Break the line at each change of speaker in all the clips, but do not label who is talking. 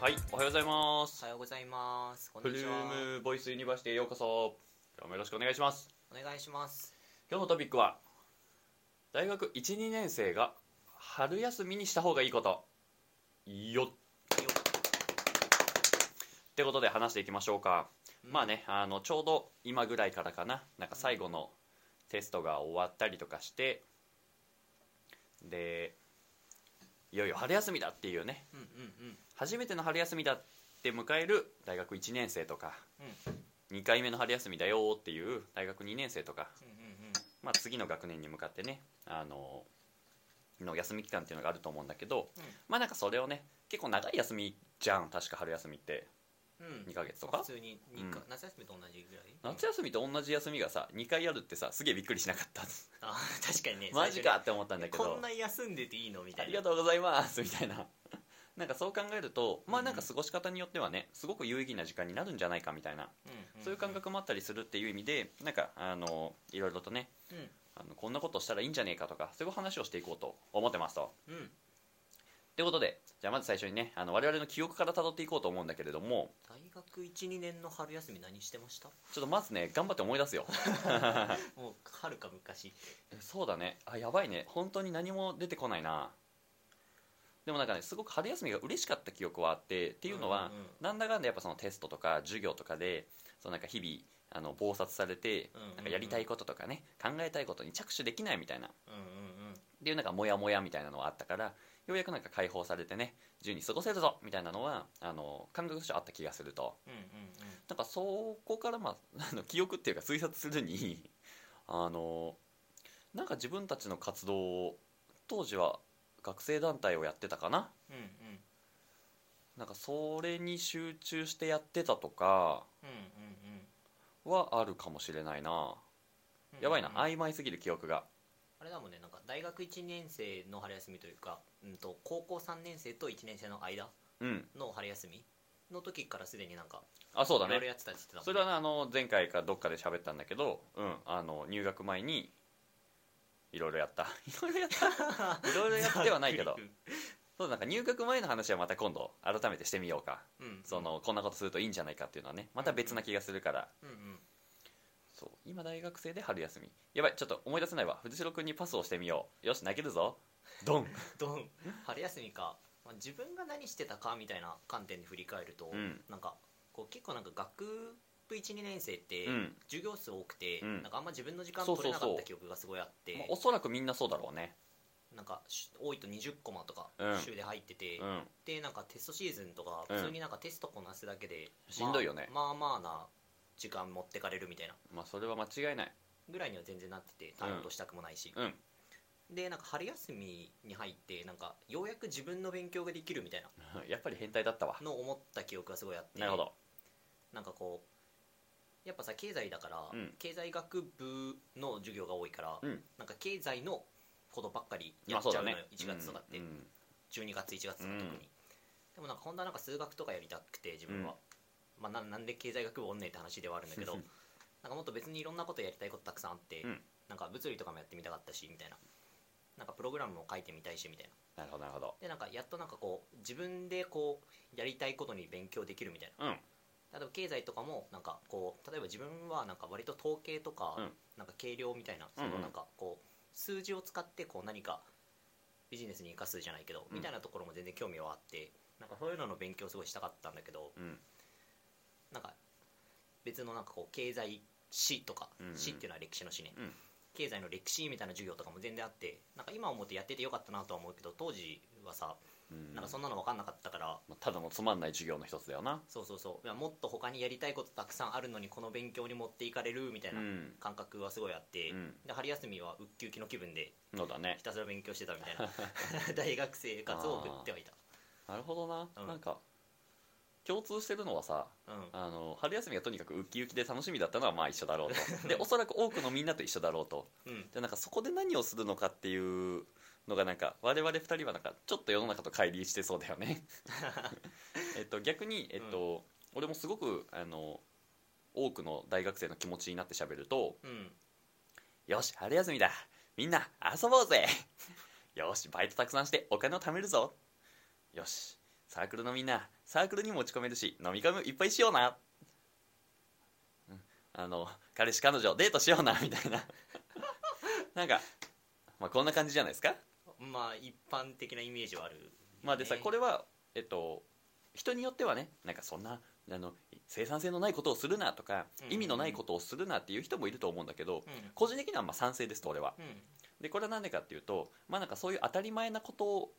はい、おはようございま
お
す
は。ようございます。こん
プ
に
ル
ち
ー
は。
ムボイスユニバーシティへようこそ。今日もよろしくお願いします。
お願いします。
今日のトピックは、大学1、2年生が春休みにした方がいいこと。よっっ
よ
てことで話していきましょうか。
うん
まあね、あの、ちょうど今ぐらいからかな、なんか最後のテストが終わったりとかして、で、いよいよ春休みだっていうね、
うんうん
初めての春休みだって迎える大学1年生とか、2回目の春休みだよっていう大学2年生とか、
うんうんうん
まあ、次の学年に向かってねあのの休み期間っていうのがあると思うんだけど、
うん
まあなんかそれをね結構長い休みじゃん確か春休みって
うんうん。
2ヶ月と
まあ
か
普通に二か
う
夏休みと同じぐらい。
夏休みと同じ休みがさ2回あるってさすげえびっくりしなかった
あ 確かにね。
マジかって思ったんだ
最初
け
ね。こ
ど
んな休んでていいのみた
あ
い
り
な。
がとうございますみたいななんかそう考えるとまあなんか過ごし方によってはねすごく有意義な時間になるんじゃないかみたいな
うんんん
そういう感。覚もあったりするっていう意味でなんかあのいろいろとね
うん
あのこんなことしたらいいんじゃねえかとかそういう話をしていこうと思ってますと。
うん。
ということでじゃあまず最初にねあの我々の記憶から辿っていこうと思うんだけれども
大学一二年の春休み何してました？
ちょっとまずね頑張って思い出すよ
もうはるか昔。
そうだねあやばいね本当に何も出てこないなでもなんかねすごく春休みが嬉しかった記憶はあってっていうのは、
うんうんうん
なんだかんだやっぱそのテストとか授業とかでそのなんか日々あの忙殺されて、
うんうんうん
なんかやりたいこととかね考えたいことに着手できないみたいな
うんうんうん。
っていうなんかモヤモヤみたいなのはあったからようやくなんか解放されてね自由に過ごせるぞみたいなのはあの感覚としてあった気がすると
うんうんうん。
なんかそこから、まあ、 あの記憶っていうか推察するに あのなんか自分たちの活動を当時は学生団体をやってたかな
うんうん
なんかそれに集中してやってたとか
うんうんうん
はあるかもしれないな
うん。
やばいな
うんうん
曖昧すぎる記憶が
あれだもんねなんか大学一年生の春休みというか、うんと高校三年生と一年生の間。
うん
の春休みの時からすでになんか
あそう
い
だ
ろ
ね
いろやってたって言ってた
それはねあの前回かどっかで喋ったんだけど、うん、あの入学前にいろいろやったいろいろやった
れ
いろいろやってはないけど
う
そうなんか入学前の話はまた今度改めてしてみようか
ん
そのこんなことするといいんじゃないかっていうのはねまた別な気がするから
うんうん
そう今大学生で春休みやばいちょっと思い出せないわ藤代君にパスをしてみようよし泣けるぞドン
どん春休みか、まあ、自分が何してたかみたいな観点で振り返ると、
うん
なんかこう結構なんか学部12年生って
うん
授業数多くて、
うん
なんかあんま自分の時間
そう
取
そうそう
れなかった記憶がすごいあって
まあおそらくみんなそうだろうね
なんかし多いと20コマとか
うん
週で入ってて、
うん
でなんかテストシーズンとか
うん
普通になんかテストこなすだけで、
しんどいよね
まあまあまあな時間持ってかれるみたいな
まあそれは間違いない
ぐらいには全然なってて単語したくもないし、
うん
でなんか春休みに入ってなんかようやく自分の勉強ができるみたい
やっぱり変態だったわ
なのを思った記憶がすごいあって
なるほど
なんかこうやっぱさ経済だから、
うん
経済学部の授業が多いから、
うん
なんか経済のことばっかり
ま
や
あ
っ
そう
ちゃ
だ
うのよ、
ね
1月とかって、
うんうん
12月1月とか特に、
うん
でもなんか本当はなんか数学とかやりたくて自分は、まあ、ななんで経済学部おんねんって話ではあるんだけ どなんかもっと別にいろんなことやりたいことたくさんあって、
うん
なんか物理とかもやってみたかったしみたいななんかプログラムも書いてみたいしみたい
な
な
るほどなるほど
でなんかやっとなんかこう自分でこうやりたいことに勉強できるみたいな
うん
例えば経済とかもなんかこう例えば自分はなんか割と統計とか、
うん
なんか計量みたいなそ
うんうん
のなんかこう数字を使ってこう何かビジネスに生かすじゃないけど、
うん
みたいなところも全然興味はあってなんかそういうのの勉強すごいしたかったんだけど
うん
なんか別のなんかこう経済史とか、
うんうん
史っていうのは歴史の史ね、
うん
経済の歴史みたいな授業とかも全然あってなんか今思ってやっててよかったなとは思うけど当時はさ
うん
なんかそんなの分かんなかったから、
まあただのつまんない授業の一つだよな
そうそうそういやもっと他にやりたいことたくさんあるのにこの勉強に持っていかれるみたいな
うん
感覚はすごいあって、
うん
で春休みはウッキウキの気分で
そうだね
ひたすら勉強してたみ たいな大学生活を送ってはいた
なるほどな、
うん
なんか共通してるのはさ
うん
あの春休みがとにかくウキウキで楽しみだったのはまあ一緒だろう とでおそらく多くのみんなと一緒だろうと
うん
でなんかそこで何をするのかっていうのがなんか我々2人はなんかちょっと世の中と乖離してそうだよ ねえっと逆に、えっと俺もすごくあの多くの大学生の気持ちになって喋ると
うん
よし春休みだみんな 遊ぼうぜよしバイトたくさんしてお金を貯めるぞよしサークルのみんなサークルにも落ち込めるし飲み会もいっぱいしような、うんあの彼氏彼女デートしようなみたいな なんか、まあ、こんな感じじゃないですか、
まあ一般的なイメージはあるよね、
まあ、でさこれはえっと人によってはねなんかそんなあの生産性のないことをするなとか
うん
意味のないことをするなっていう人もいると思うんだけど
うん
個人的にはまあ賛成ですと俺は
うん
でこれは何でかっていうとまあなんかそういう当たり前なこと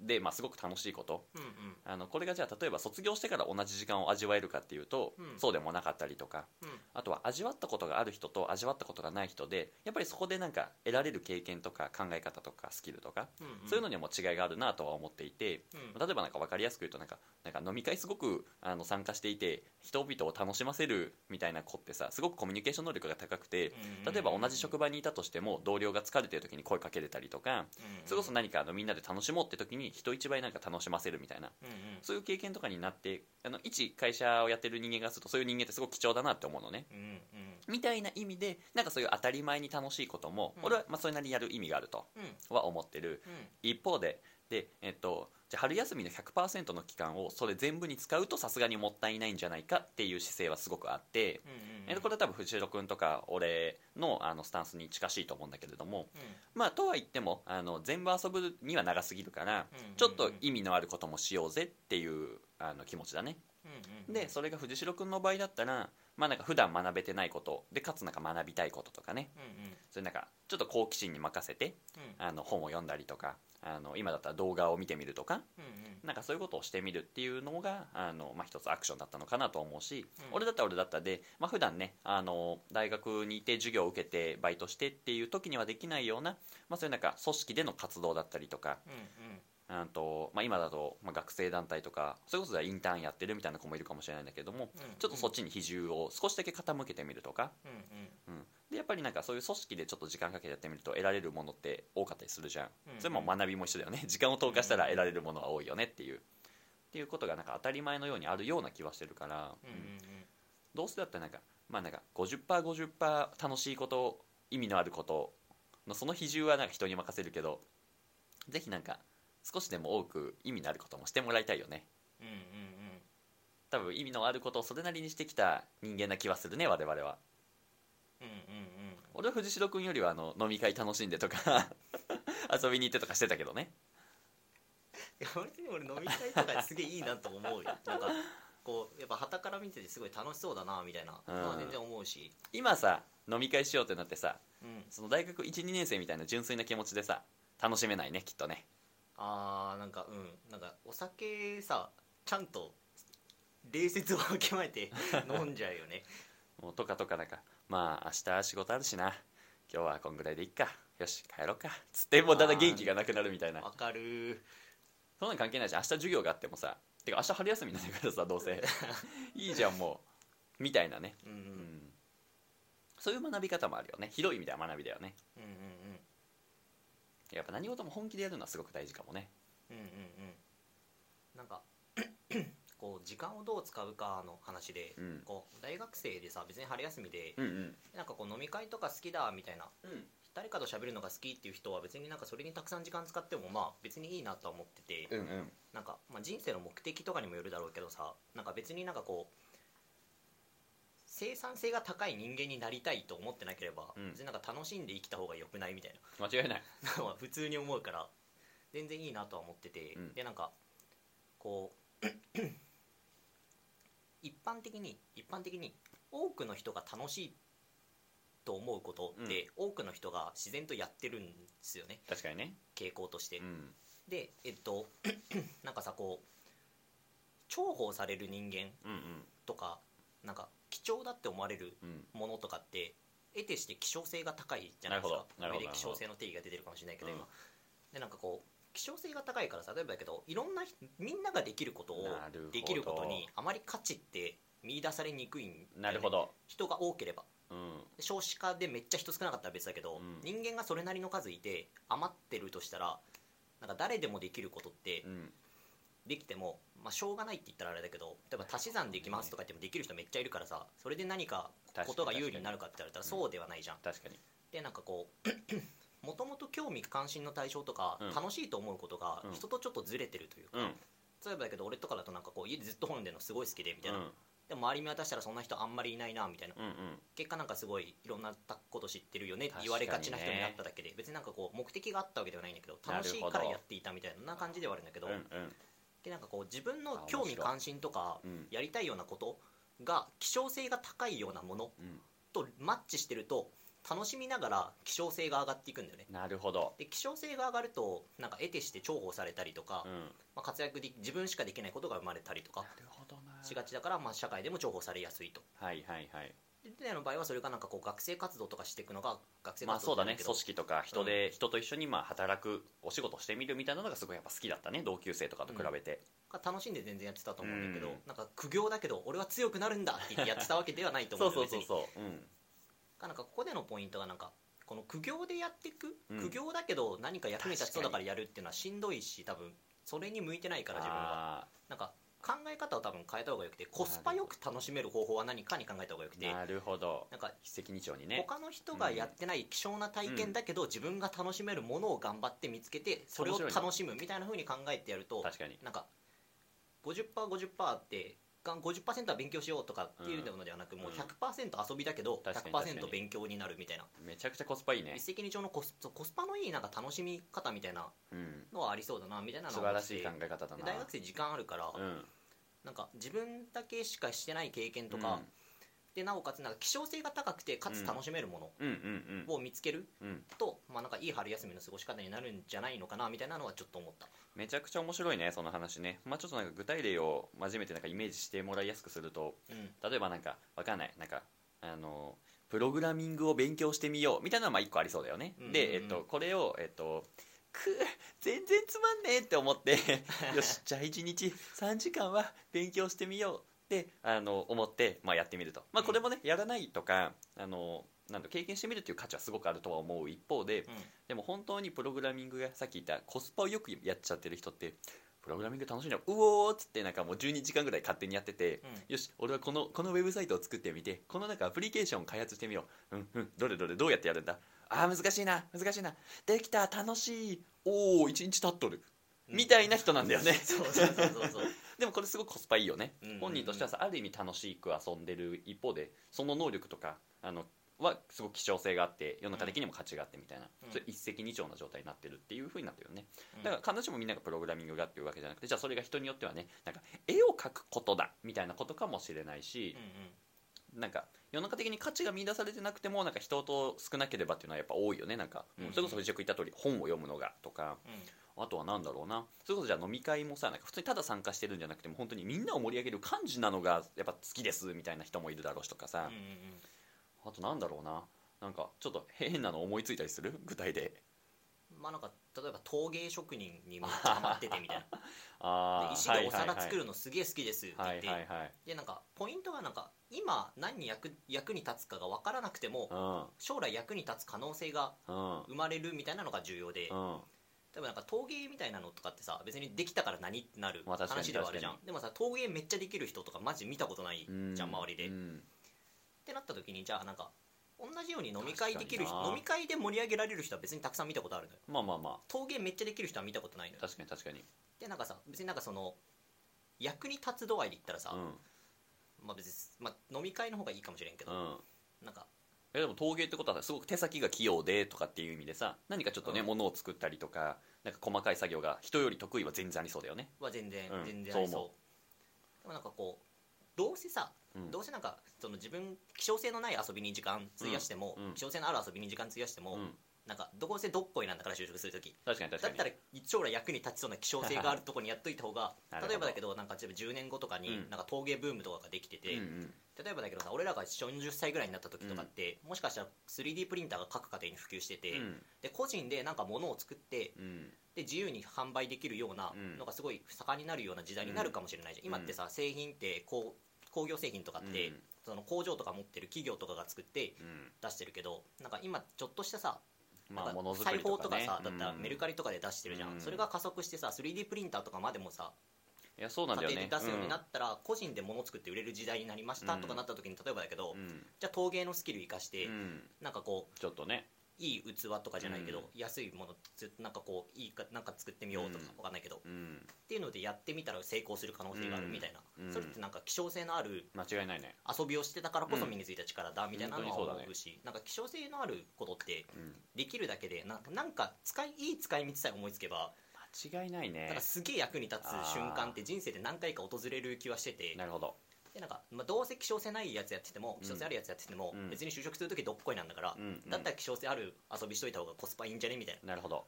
で、まあ、すごく楽しいこと
うんうん
あのこれがじゃあ例えば卒業してから同じ時間を味わえるかっていうと、
うん
そうでもなかったりとか
うん
あとは味わったことがある人と味わったことがない人でやっぱりそこでなんか得られる経験とか考え方とかスキルとか、
うん
そういうのにも違いがあるなとは思っていて。
うん
例えばなんか分かりやすく言うとなんかなんか飲み会すごくあの参加していて人々を楽しませるみたいな子ってさすごくコミュニケーション能力が高くて
うん
例えば同じ職場にいたとしても同僚が疲れてる時に声かけれたりとか
うん
それこそ何かあのみんなで楽しもうって時に人一倍なんか楽しませるみたいな
うんうん
そういう経験とかになってあの一会社をやってる人間がするとそういう人間ってすごく貴重だなって思うのね
うんうん
みたいな意味でなんかそういう当たり前に楽しいことも
うん
俺はまあそれなりにやる意味があると
うん
は思ってる
うん
一方でで、えっと、じゃあ春休みの100%の期間をそれ全部に使うとさすがにもったいないんじゃないかっていう姿勢はすごくあって、
うん
えっとこれは多分藤代君とか俺のあのスタンスに近しいと思うんだけれども
うん
まあとは言ってもあの全部遊ぶには長すぎるから
うん
ちょっと意味のあることもしようぜっていうあの気持ちだね
うんうん
でそれが藤代君の場合だったらまあなんか普段学べてないことでかつなんか学びたいこととかね
うんうん
それなんかちょっと好奇心に任せて
うん
あの本を読んだりとかあの今だったら動画を見てみるとか
うんうん
なんかそういうことをしてみるっていうのがあの、まあ、一つアクションだったのかなと思うし、
うん
俺だったら俺だったらで、まあ普段ねあの大学にいて授業を受けてバイトしてっていう時にはできないような、まあ、そういうなんか組織での活動だったりとか
うんうん
あと、まあ、今だと、まあ、学生団体とかそれこそインターンやってるみたいな子もいるかもしれないんだけども
うん
ちょっとそっちに比重を少しだけ傾けてみるとか、
うんう
うん、でやっぱりなんかそういう組織でちょっと時間かけてやってみると得られるものって多かったりするじゃん
んうん
それも学びも一緒だよね 時間を投下したら得られるものは多いよねっていうっていうことがなんか当たり前のようにあるような気はしてるから、
うんうんうん
どうせだったらなんかまあなんか 50%50% 楽しいこと意味のあることのその比重はなんか人に任せるけどぜひなんか少しでも多く意味のあることもしてもらいたいよね
うんうんうん
多分意味のあることをそれなりにしてきた人間な気はするね我々は
うんうんうん
俺は藤代君よりはあの飲み会楽しんでとか 遊びに行ってとかしてたけどね
いや別に俺飲み会とかすげえいいなと思うよなんかこうやっぱ旗から見ててすごい楽しそうだなみたいなのは全然思うし、
今さ飲み会しようってなってさ
うん、
その大学12年生みたいな純粋な気持ちでさ楽しめないねきっとね
あーなんかうんなんかお酒さちゃんと礼節を受けまえて飲んじゃうよね
もうとかとかなんかまあ明日仕事あるしな今日はこんぐらいでいっかよし帰ろうかつってもうだんだん元気がなくなるみたいな
わかる
そんなん関係ないし明日授業があってもさてか明日春休みなんだから さどうせいいじゃんもうみたいなね、
うんうん
うんそういう学び方もあるよね広い意味では学びだよね
うん
やっぱ何事も本気でやるのはすごく大事かもね
うんうんうんうんうんなんかこう時間をどう使うかの話で、
うん
こう大学生でさ別に春休みで
うんうん
なんかこう飲み会とか好きだみたいな
うん
誰かと喋るのが好きっていう人は別になんかそれにたくさん時間使ってもまあ別にいいなとは思ってて、
うんうん
なんか、まあ、人生の目的とかにもよるだろうけどさなんか別になんかこう生産性が高い人間になりたいと思ってなければ、
うん
別になんか楽しんで生きた方が良くないみたい
間違いない
なのは普通に思うから全然いいなとは思ってて、
うん
でなんかこう 一般的に一般的に多くの人が楽しいと思うことって、多くの人が自然とやってるんですよね
確かにね
傾向として。
うん
でえっと なんかさこう重宝される人間
うん
とかなんか貴重だって思われる
うんうん
ものとかって得てして希少性が高いじゃないですか
なるほどなるほど
これで希少性の定義が出てるかもしれないけど、
うん
今でなんかこう希少性が高いからさ例えばだけどいろんな人みんなができることを
なるほど
できることにあまり価値って見出されにくいんだよね
なるほど、
人が多ければ
うん、
少子化でめっちゃ人少なかったら別だけど、
うん
人間がそれなりの数いて余ってるとしたらなんか誰でもできることって
うん、
できても、まあ、しょうがないって言ったらあれだけど例えば足し算できますとか言ってもできる人めっちゃいるからさそれで何かことが有利になるかって言われたら
確かに
そうではないじゃん。
確かに
でなんかこう もともと興味関心の対象とか、
うん
楽しいと思うことが
うん
人とちょっとずれてるというか、
うん
例えばだけど俺とかだとなんかこう家でずっと本読んでるのすごい好きでみたいな、
うん
でも周り見渡したらそんな人あんまりいないなみたいな
うんうん
結果なんかすごいいろんなこと知ってるよねって言われがちな人になっただけで、別になんかこう目的があったわけではないんだけど楽しいからやっていたみたいな感じではあるんだけど
うんうん
でなんかこう自分の
あ
興
面
味
白い
関心とか
うん
やりたいようなことが希少性が高いようなもの
うん
とマッチしてると楽しみながら希少性が上がっていくんだよね
なるほど
で希少性が上がるとなんか得てして重宝されたりとか、
うんなる
まあ、活躍でき自分しかできないことが生まれたりとか
ほどな
しがちだから、まあ、社会でも重宝されやすいと
はいはいはい
ででの場合はそれがなんかこう学生活動とかしていくのが学生活動
まあそうだね
じゃないけど
組織とか人で、人と一緒にまあ働くお仕事してみるみたいなのがすごいやっぱ好きだったね同級生とかと比べて、
が楽しんで全然やってたと思うんだけど、
うん
なんか苦行だけど俺は強くなるんだって言ってやってたわけではないと思
そうう
ん
そう
別
そう
に
そううん
なんかここでのポイントがなんかこの苦行でやっていく、
うん
苦行だけど何か役に立ちそうだからやるっていうのはしんどいし多分それに向いてないから自分は
あ
なんか考え方を多分変えた方がよくてコスパよく楽しめる方法は何かに考えた方がよく
ー
て
なるほど
なんか
一石二鳥にね
他の人がやってない希少な体験だけど、自分が楽しめるものを頑張って見つけてそれを楽しむみたいな風に考えてやると
確かに
なんか 50%50% ってが50%は勉強しようとかっていうのではなく、もう
うん
100%遊びだけど
確かに確かに
100%勉強になるみたいな
めちゃくちゃコスパいいね
一石二鳥のコスそうコスパのいいなんか楽しみ方みたいな
うん
のはありそうだなみたいなの
素
を思
晴
っ
ら
て
しい考え方だ
で
な
大学生時間あるから、
うん
なんか自分だけしかしてない経験とか、でなおかつなんか希少性が高くてかつ楽しめるもの
うんうん
を見つける
うんうん
と、まあ、なんかいい春休みの過ごし方になるんじゃないのかなみたいなのはちょっと思った
めちゃくちゃ面白いねその話ねまあちょっとなんか具体例を真面目てなんかイメージしてもらいやすくすると
うん
例えばなんかわかんないなんかあのプログラミングを勉強してみようみたいなのはまあ一個ありそうだよね、
うんうんうん
で、えっと、これをえっとく全然つまんねえって思って よしじゃあ1日3時間は勉強してみようってあの思って、まあ、やってみると、まあ、これもねやらないとかあのなんだ経験してみるっていう価値はすごくあるとは思う一方で、
うん
でも本当にプログラミングがさっき言ったコスパをよくやっちゃってる人ってプログラミング楽しいなうおーっつってなんかもう12時間ぐらい勝手にやってて、
うん
よし俺はこのこのウェブサイトを作ってみてこの中アプリケーションを開発してみよううんうんどれどれどうやってやるんだあー難しいな難しいなできた楽しいおお1日経っとる、
うん
みたいな人なんだよね
そうそうそうそ うそう
でもこれすごくコスパいいよね、
うんうんうん
本人としてはさある意味楽しく遊んでる一方でその能力とかあのはすごく希少性があって世の中的にも価値があってみたいな、
うん
それ一石二鳥な状態になってるっていうふうになってるよね、
うん
だから必ずしもみんながプログラミングがっていうわけじゃなくてじゃあそれが人によってはねなんか絵を描くことだみたいなことかもしれないし、なんか世の中的に価値が見出されてなくてもなんか人と少なければっていうのはやっぱ多いよねなんか、
うん
それこそ藤井君言った通り本を読むのがとか
うんうんうん
あとはなんだろうなそれこそじゃあ飲み会もさなんか普通にただ参加してるんじゃなくても本当にみんなを盛り上げる感じなのがやっぱ好きですみたいな人もいるだろうしとかさ
うん、うんうん
あとなんだろうななんかちょっと変なの思いついたりする具体で
まあなんか例えば陶芸職人にめっちゃハマっててみたいな
あ
で
ー
石でお皿作
る
るのすげえ好きですって言
は
っ
い
て、
はいはい
でなんかポイントがなんか今何に役役に立つかが分からなくても
は
将来役に立つ可能性が
いうん
生まれるみたいなのが重要で、
うんうん
でもなんか陶芸みたいなのとかってさ別にできたから何ってなる
まあ確かに
話ではあるじゃん
確
でもさ陶芸めっちゃできる人とかマジ見たことない
うん
じゃん周りで、
う
っ
ん
てなった時にじゃあなんか同じように飲み会できる
確かに
人
な
飲み会で盛り上げられる人は別にたくさん見たことあるのよ
まあまあま
陶芸めっちゃできる人は見たことないの
あ
よ
確かに確かに
でなんかさ別になんかその役に立つ度合いで言ったらさ、
うん
まあ別に、まあ、飲み会の方がいいかもしれんけど、
うん
なんか
いやでも陶芸ってことはすごく手先が器用でとかっていう意味でさ何かちょっとね、
うん
物を作ったりとかなんか細かい作業が人より得意は全然ありそうだよね
は全然、
うん
全然あり
そう
そうでもなんかこうどうせさ、
うん
どうせなんかその自分希少性のない遊びに時間費やしても、
うんうん
希少性のある遊びに時間費やしても、
うん
なんかどうせどっこいなんだから就職するとき
確かに確か
だっ
に
たら将来役に立ちそうな希少性があるところにやっといた方が
なるほど
例えばだけどなんか例えば10年後とかに
うん
なんか陶芸ブームとかができてて、
うんうん
例えばだけどさ俺らが40歳ぐらいになった時とかって、もしかしたら 3D プリンターが各家庭に普及してて、
うん
で個人でなんか物を作って
うん
で自由に販売できるような
うん
のがすごい盛んになるような時代になるかもしれないじゃ
うん
ん、今ってさ製品ってこう工業製品とかって、
うん
その工場とか持ってる企業とかが作って
うん
出してるけどなんか今ちょっとしたさ
まあ
なんか
ものづく
裁
り
縫
と
と
か、
か
ね、
さだったらメルカ
リ、
リとかで出してるじゃん、
うん
それが加速してさ 3D プリンターとかまでもさ
いやそうな
家
んだよ
庭
ね
で出すようになったら、個人で物作って売れる時代になりました
うん
とかなった時に例えばだけど、
うん
じゃあ陶芸のスキル生かして、
うん
なんかこう
ちょっとね
いい器とかじゃないけど、
うん
安いものつなんかこういいかなんか作ってみようとか
うん
わかんないけど、っ
うん
ていうのでやってみたら成功する可能性があるみたいな、
うんうん
それってなんか希少性のある
間違いないね
遊びをしてたからこそ身についた力だみたいなの
本
は
当にそうだね
思うし、なんか希少性のあることって
うん
できるだけでなんかなんか使いいい使い道さえ思いつけば
間違いない
なん
ね
かすげえ役に立つ瞬間って人生で何回か訪れる気はしてて
なるほど
でなんか、まあ、どうせ希少性ないやつやってても
ん
希少性あるやつやってても、
うん
別に就職する時どっこいなんだから、
うんうん
だったら希少性ある遊びしといた方がコスパいいんじゃねみたいな
なるほど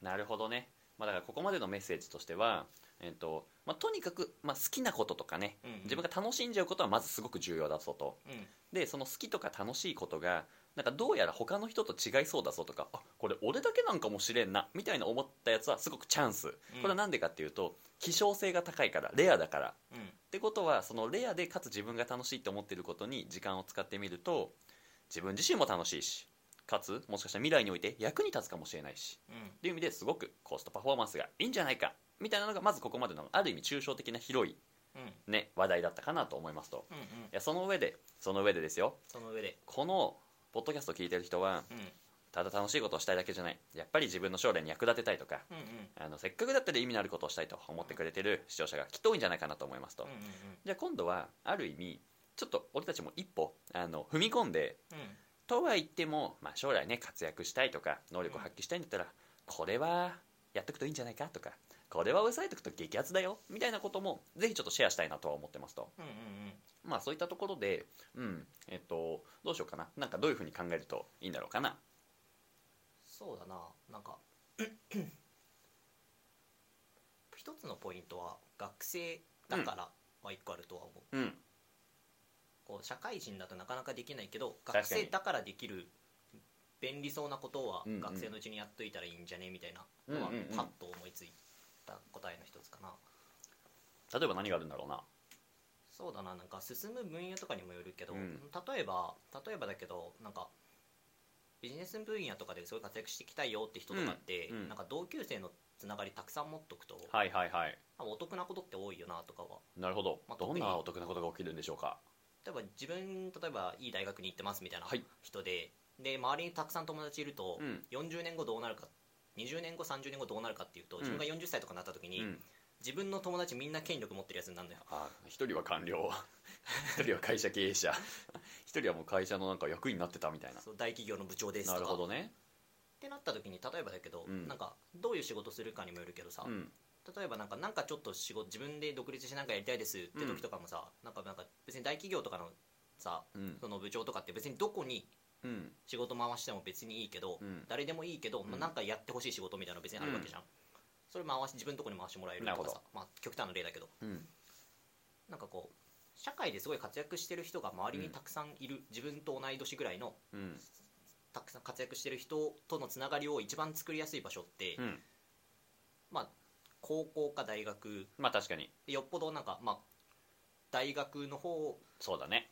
なるほどね、まあ、だからここまでのメッセージとしては、えっとまあ、とにかく、まあ、好きなこととかね、
うんうん
自分が楽しんじゃうことはまずすごく重要だぞと
うん
でその好きとか楽しいことがなんかどうやら他の人と違いそうだぞとかあこれ俺だけなんかもしれんなみたいな思ったやつはすごくチャンスこれはなんでかっていうと希少性が高いからレアだから
うん
ってことはそのレアでかつ自分が楽しいと思っていることに時間を使ってみると自分自身も楽しいしかつもしかしたら未来において役に立つかもしれないし
うん
っていう意味ですごくコストパフォーマンスがいいんじゃないかみたいなのがまずここまでのある意味抽象的な広い、
うん
ね、話題だったかなと思いますと
うんうん
いやその上でその上でですよ
その上で
このポッドキャストを聞いてる人は
うん
ただ楽しいことをしたいだけじゃないやっぱり自分の将来に役立てたいとか
うんうん
あのせっかくだったら意味のあることをしたいと思ってくれてる視聴者がきっと多いんじゃないかなと思いますと
うんうん
じゃあ今度はある意味ちょっと俺たちも一歩あの踏み込んで
うんうん
とは言っても、まあ、将来ね活躍したいとか能力を発揮したいんだったら、これはやっとくといいんじゃないかとかこれは抑えておくと激アツだよみたいなこともぜひちょっとシェアしたいなとは思ってますと
うんうん
まあそういったところでうんえっとどうしようかななんかどういうふうに考えるといいんだろうかな
そうだなな んか一つのポイントは学生だからは一個あるとは思う、
うん
こう社会人だとなかなかできないけど
確かに
学生だからできる便利そうなことは
うんうん
学生のうちにやっといたらいいんじゃねみたいなのは
うんうんうん
パッと思いついた答えの一つかな、
例えば何があるんだろうな
そうだななんか進む分野とかにもよるけど、
うん
例えば例えばだけどなんかビジネス分野とかですごい活躍していきたいよって人とかって、
うんうん
なんか同級生のつながりたくさん持っとくと、
はいはいはい
あお得なことって多いよなとかは
なるほど、
まあ
どん
特
な
に
お得なことが起きるんでしょうか
例えば自分例えばいい大学に行ってますみたいな
はい
人で,、で周りにたくさん友達いると、
うん
40年後どうなるか20年後30年後どうなるかっていうと
うん
自分が40歳とかになった時に、
うん
自分の友達みんな権力持ってるやつになるのよ
あ一人は官僚一人は会社経営者一人はもう会社のなんか役員になってたみたいな
そう大企業の部長です
な
と
る
か
ほ
っ
どね
てなった時に例えばだけど、
うん
なんかどういう仕事するかにもよるけどさ、
うん
例えばなんかなんかちょっと仕事自分で独立してなんかやりたいですって時とかもさ、なんかなんか別に大企業とかのさ
うん
その部長とかって別にどこに
うん
仕事回しても別にいいけど、
うん
誰でもいいけど、ま
う
あ、
ん
なんかやってほしい仕事みたいなの別にあるわけじゃん、それ回し自分のとこに回してもらえる
な
と
るほ
か
ど
さ、まあ、極端な例だけど
うん
なんかこう社会ですごい活躍してる人が周りにたくさんいる、自分と同い年ぐらいの
うん
たくさん活躍してる人とのつながりを一番作りやすい場所って、
うん
まあ高校か大学
まあ確かに
よっぽどなんかまあ大学の方
そうだね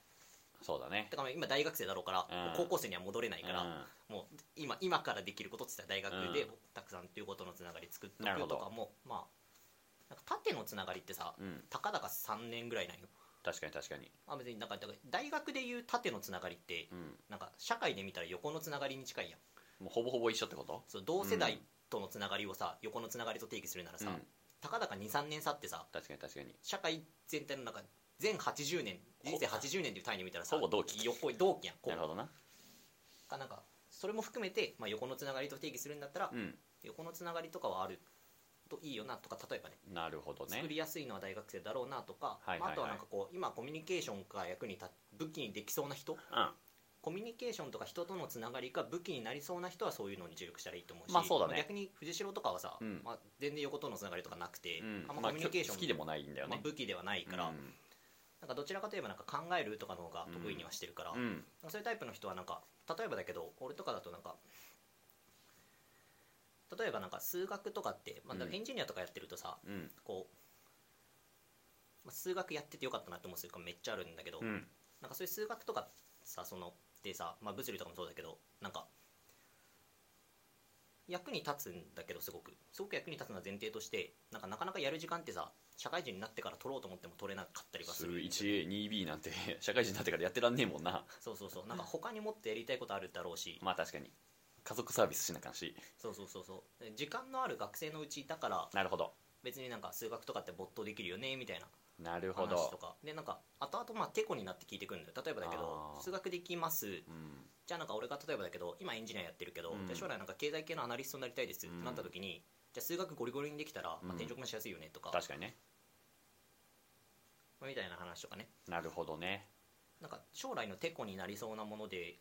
そうだね
だから今大学生だろうから、
うん
もう高校生には戻れないから、
うん
もう今今からできることって言ったら大学
う
で
ん
たくさんということのつながり作って
なるほ
く
ど
とかも、まあなんか縦のつながりってさ、
うん
たかだか3年ぐらいないの、
確かに確かに
まあ、別になんかだから大学でいう縦のつながりって
うん
なんか社会で見たら横のつながりに近いやん
もうほぼほぼ一緒ってこと
そう同世代とのつながりをさ、横のつながりと定義するならさ、
うん
たかだか23年差ってさ
確かに確かに
社会全体の中全80年人生80年という単位で見たらさ
ほぼ同期
横同期やんこう
なるほどな
かなんかそれも含めて、まあ、横のつながりと定義するんだったら、
うん
横のつながりとかはあるといいよなとか例えばね
なるほどね
作りやすいのは大学生だろうなとか、
はいはいはい
まあ、あとはなんかこう今コミュニケーションが役に立武器にできそうな人
うん
コミュニケーションとか人とのつながりが武器になりそうな人はそういうのに注力したらいいと思うし、
まあそうだね
逆に藤代とかはさ、
うん
まあ、全然横とのつながりとかなくて、
うん
あんま
ま
コ
あ
ミュニケーション、
好きでもないんだよ
まあ
ね
武器ではないから、
うん
なんかどちらかといえばなんか考えるとかの方が得意にはしてるから、
うん
そういうタイプの人はなんか例えばだけど俺とかだとなんか例えばなんか数学とかって、まあ、
うん
エンジニアとかやってるとさ、
うん
こう、まあ、数学やっててよかったなって思う瞬間めっちゃあるんだけど、
うん
なんかそういう数学とかさそのでさ、まあ、物理とかもそうだけどなんか役に立つんだけどすごくすごく役に立つのは前提としてなんかなかなかやる時間ってさ社会人になってから取ろうと思っても取れなかったりはす
す
る
る 1A2B なんて 社会人になってからやってらんねえもんな
そうそうそうなんか他にもっとやりたいことあるだろうし
まあ確かに家族サービスしなかんし
そうそうそうそう時間のある学生のうちだから
なるほど
別になんか数学とかって没頭できるよねみたいな
なるほ
話と
ど、
かでなんか後々まあてこになって聞いてくるんだよ例えばだけど
あー
数学できます
うん、
じゃあなんか俺が例えばだけど今エンジニアやってるけど、
うん
で将来なんか経済系のアナリストになりたいですっ
う
て
ん
なった時に、じゃあ数学ゴリゴリにできたら、
うん
まあ、転職もしやすいよねとか、
確かにね
みたいな話とかね
なるほどね
なんか将来のてこになりそうなもので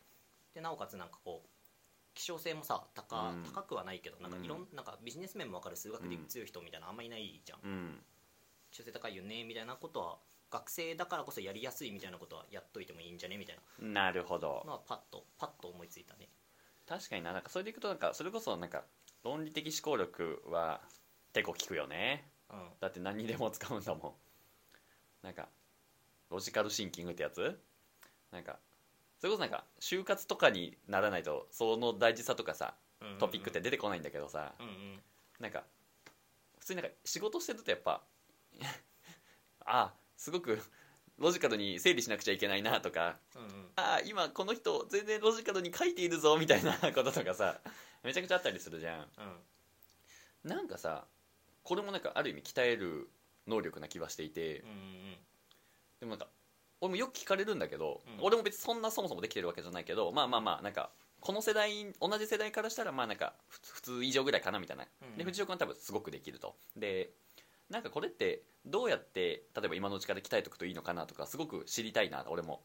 でなおかつなんかこう希少性もさ高,、
うん
高くはないけどなんか
うん
いろん、なんかビジネス面も分かる数学で強い人みたいなのあんまりいないじゃん、
うん
希少性高いよねみたいなことは学生だからこそやりやすいみたいなことはやっといてもいいんじゃねみたい
なるほど
なのはパッとパッと思いついたね
確かにななんかそれでいくとなんかそれこそなんか論理的思考力は結構効くよね
うん
だって何にでも使うんだもんなんかロジカルシンキングってやつなんかそれこそなんか就活とかにならないとその大事さとかさ
うんうんうん
トピックって出てこないんだけどさ、
うんうん
なんか普通になんか仕事してるとやっぱ あすごくロジカルに整理しなくちゃいけないなとか
うんうん
あー今この人全然ロジカルに書いているぞみたいな こととかさめちゃくちゃあったりするじゃ
う
ん
ん
なんかさこれもなんかある意味鍛える能力な気はしていて
うんうん
でもなんか俺もよく聞かれるんだけど、
うん
俺も別にそんなそもそもできてるわけじゃないけどまあまあまあなんかこの世代同じ世代からしたらまあなんかふ普通以上ぐらいかなみたいな、
うん
で藤代君は多分すごくできるとでなんかこれってどうやって例えば今のうちから鍛えておくといいのかなとかすごく知りたいな俺も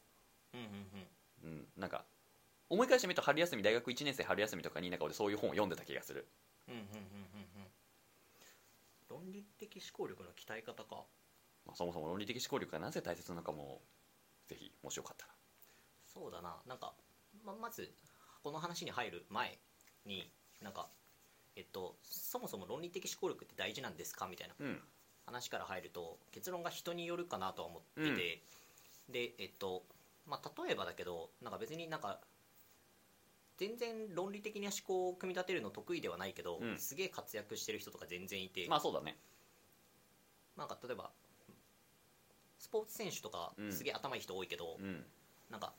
うんうんうん
うん、なんか思い返してみると春休み大学1年生春休みとかになんか俺そういう本を読んでた気がする
うんうんうんうんうん論理的思考力の鍛え方か
まあそもそも論理的思考力がなぜ大切なのかもぜひもしよかったら
そうだななんかままずこの話に入る前になんかえっとそもそも論理的思考力って大事なんですかみたいな
うん
話から入ると結論が人によるかなとは思ってて、でえっとまあ例えばだけどなんか別になんか全然論理的な思考を組み立てるの得意ではないけど、
うん
すげえ活躍してる人とか全然いて、
まあそうだね
なんか例えばスポーツ選手とか
うん
すげえ頭いい人多いけ
う
ど、
ん
なんか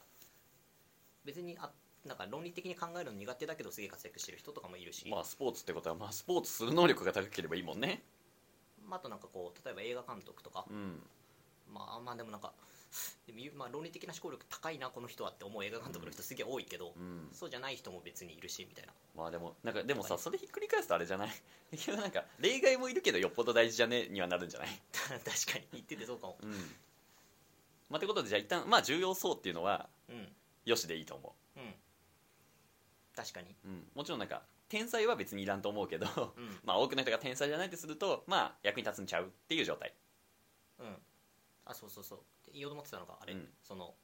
別にあなんか論理的に考えるの苦手だけどすげえ活躍してる人とかもいるし、ま
まあスポーツってことはまあスポーツする能力が高ければいいもんね
あ、あとなんかこう例えば映画監督とか、
うん
まあまあでもなんかでも言うまあ、論理的な思考力高いなこの人はって思う映画監督の人すげえ多いけど、
うん
そうじゃない人も別にいるしみたいな
まあでもなんかでも
は
さ
い
それひっくり返すとあれじゃない 結局なんか例外もいるけどよっぽど大事じゃねにはなるんじゃない
確かに言っててそうかも
うんまあということでじゃあ一旦まあ重要そうっていうのは
うんうん
よしでいいと思
確かに
う、うん、もちろんなんか天才は別にいらんと思うけど
うん
まあ、多くの人が天才じゃないとすると、まあ、役に立つんちゃうっていう状態
うんあそうそうそうで言おうと思ってたのがあれ、
うん
その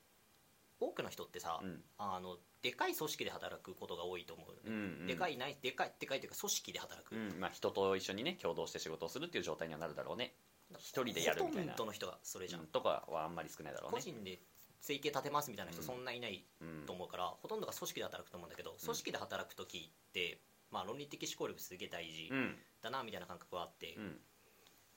多くの人ってさ、
うん、
あのでかい組織で働くことが多いと思う、
うんうん、
でかいないでかいでかいというか組織で働く、
うんまあ、人と一緒にね共同して仕事をするっていう状態にはなるだろうね、
一
人でやるみたいな
ほとんどの人がそれじゃん、
うんとかはあんまり少ないだろう
個
ね、
人で生計立てますみたいな人
うん
そんないない
うん
と思うから、ほとんどが組織で働くと思うんだけど組織で働く時って、まあ、論理的思考力すげえ大事
うん
だなみたいな感覚はあって、
う
だ
ん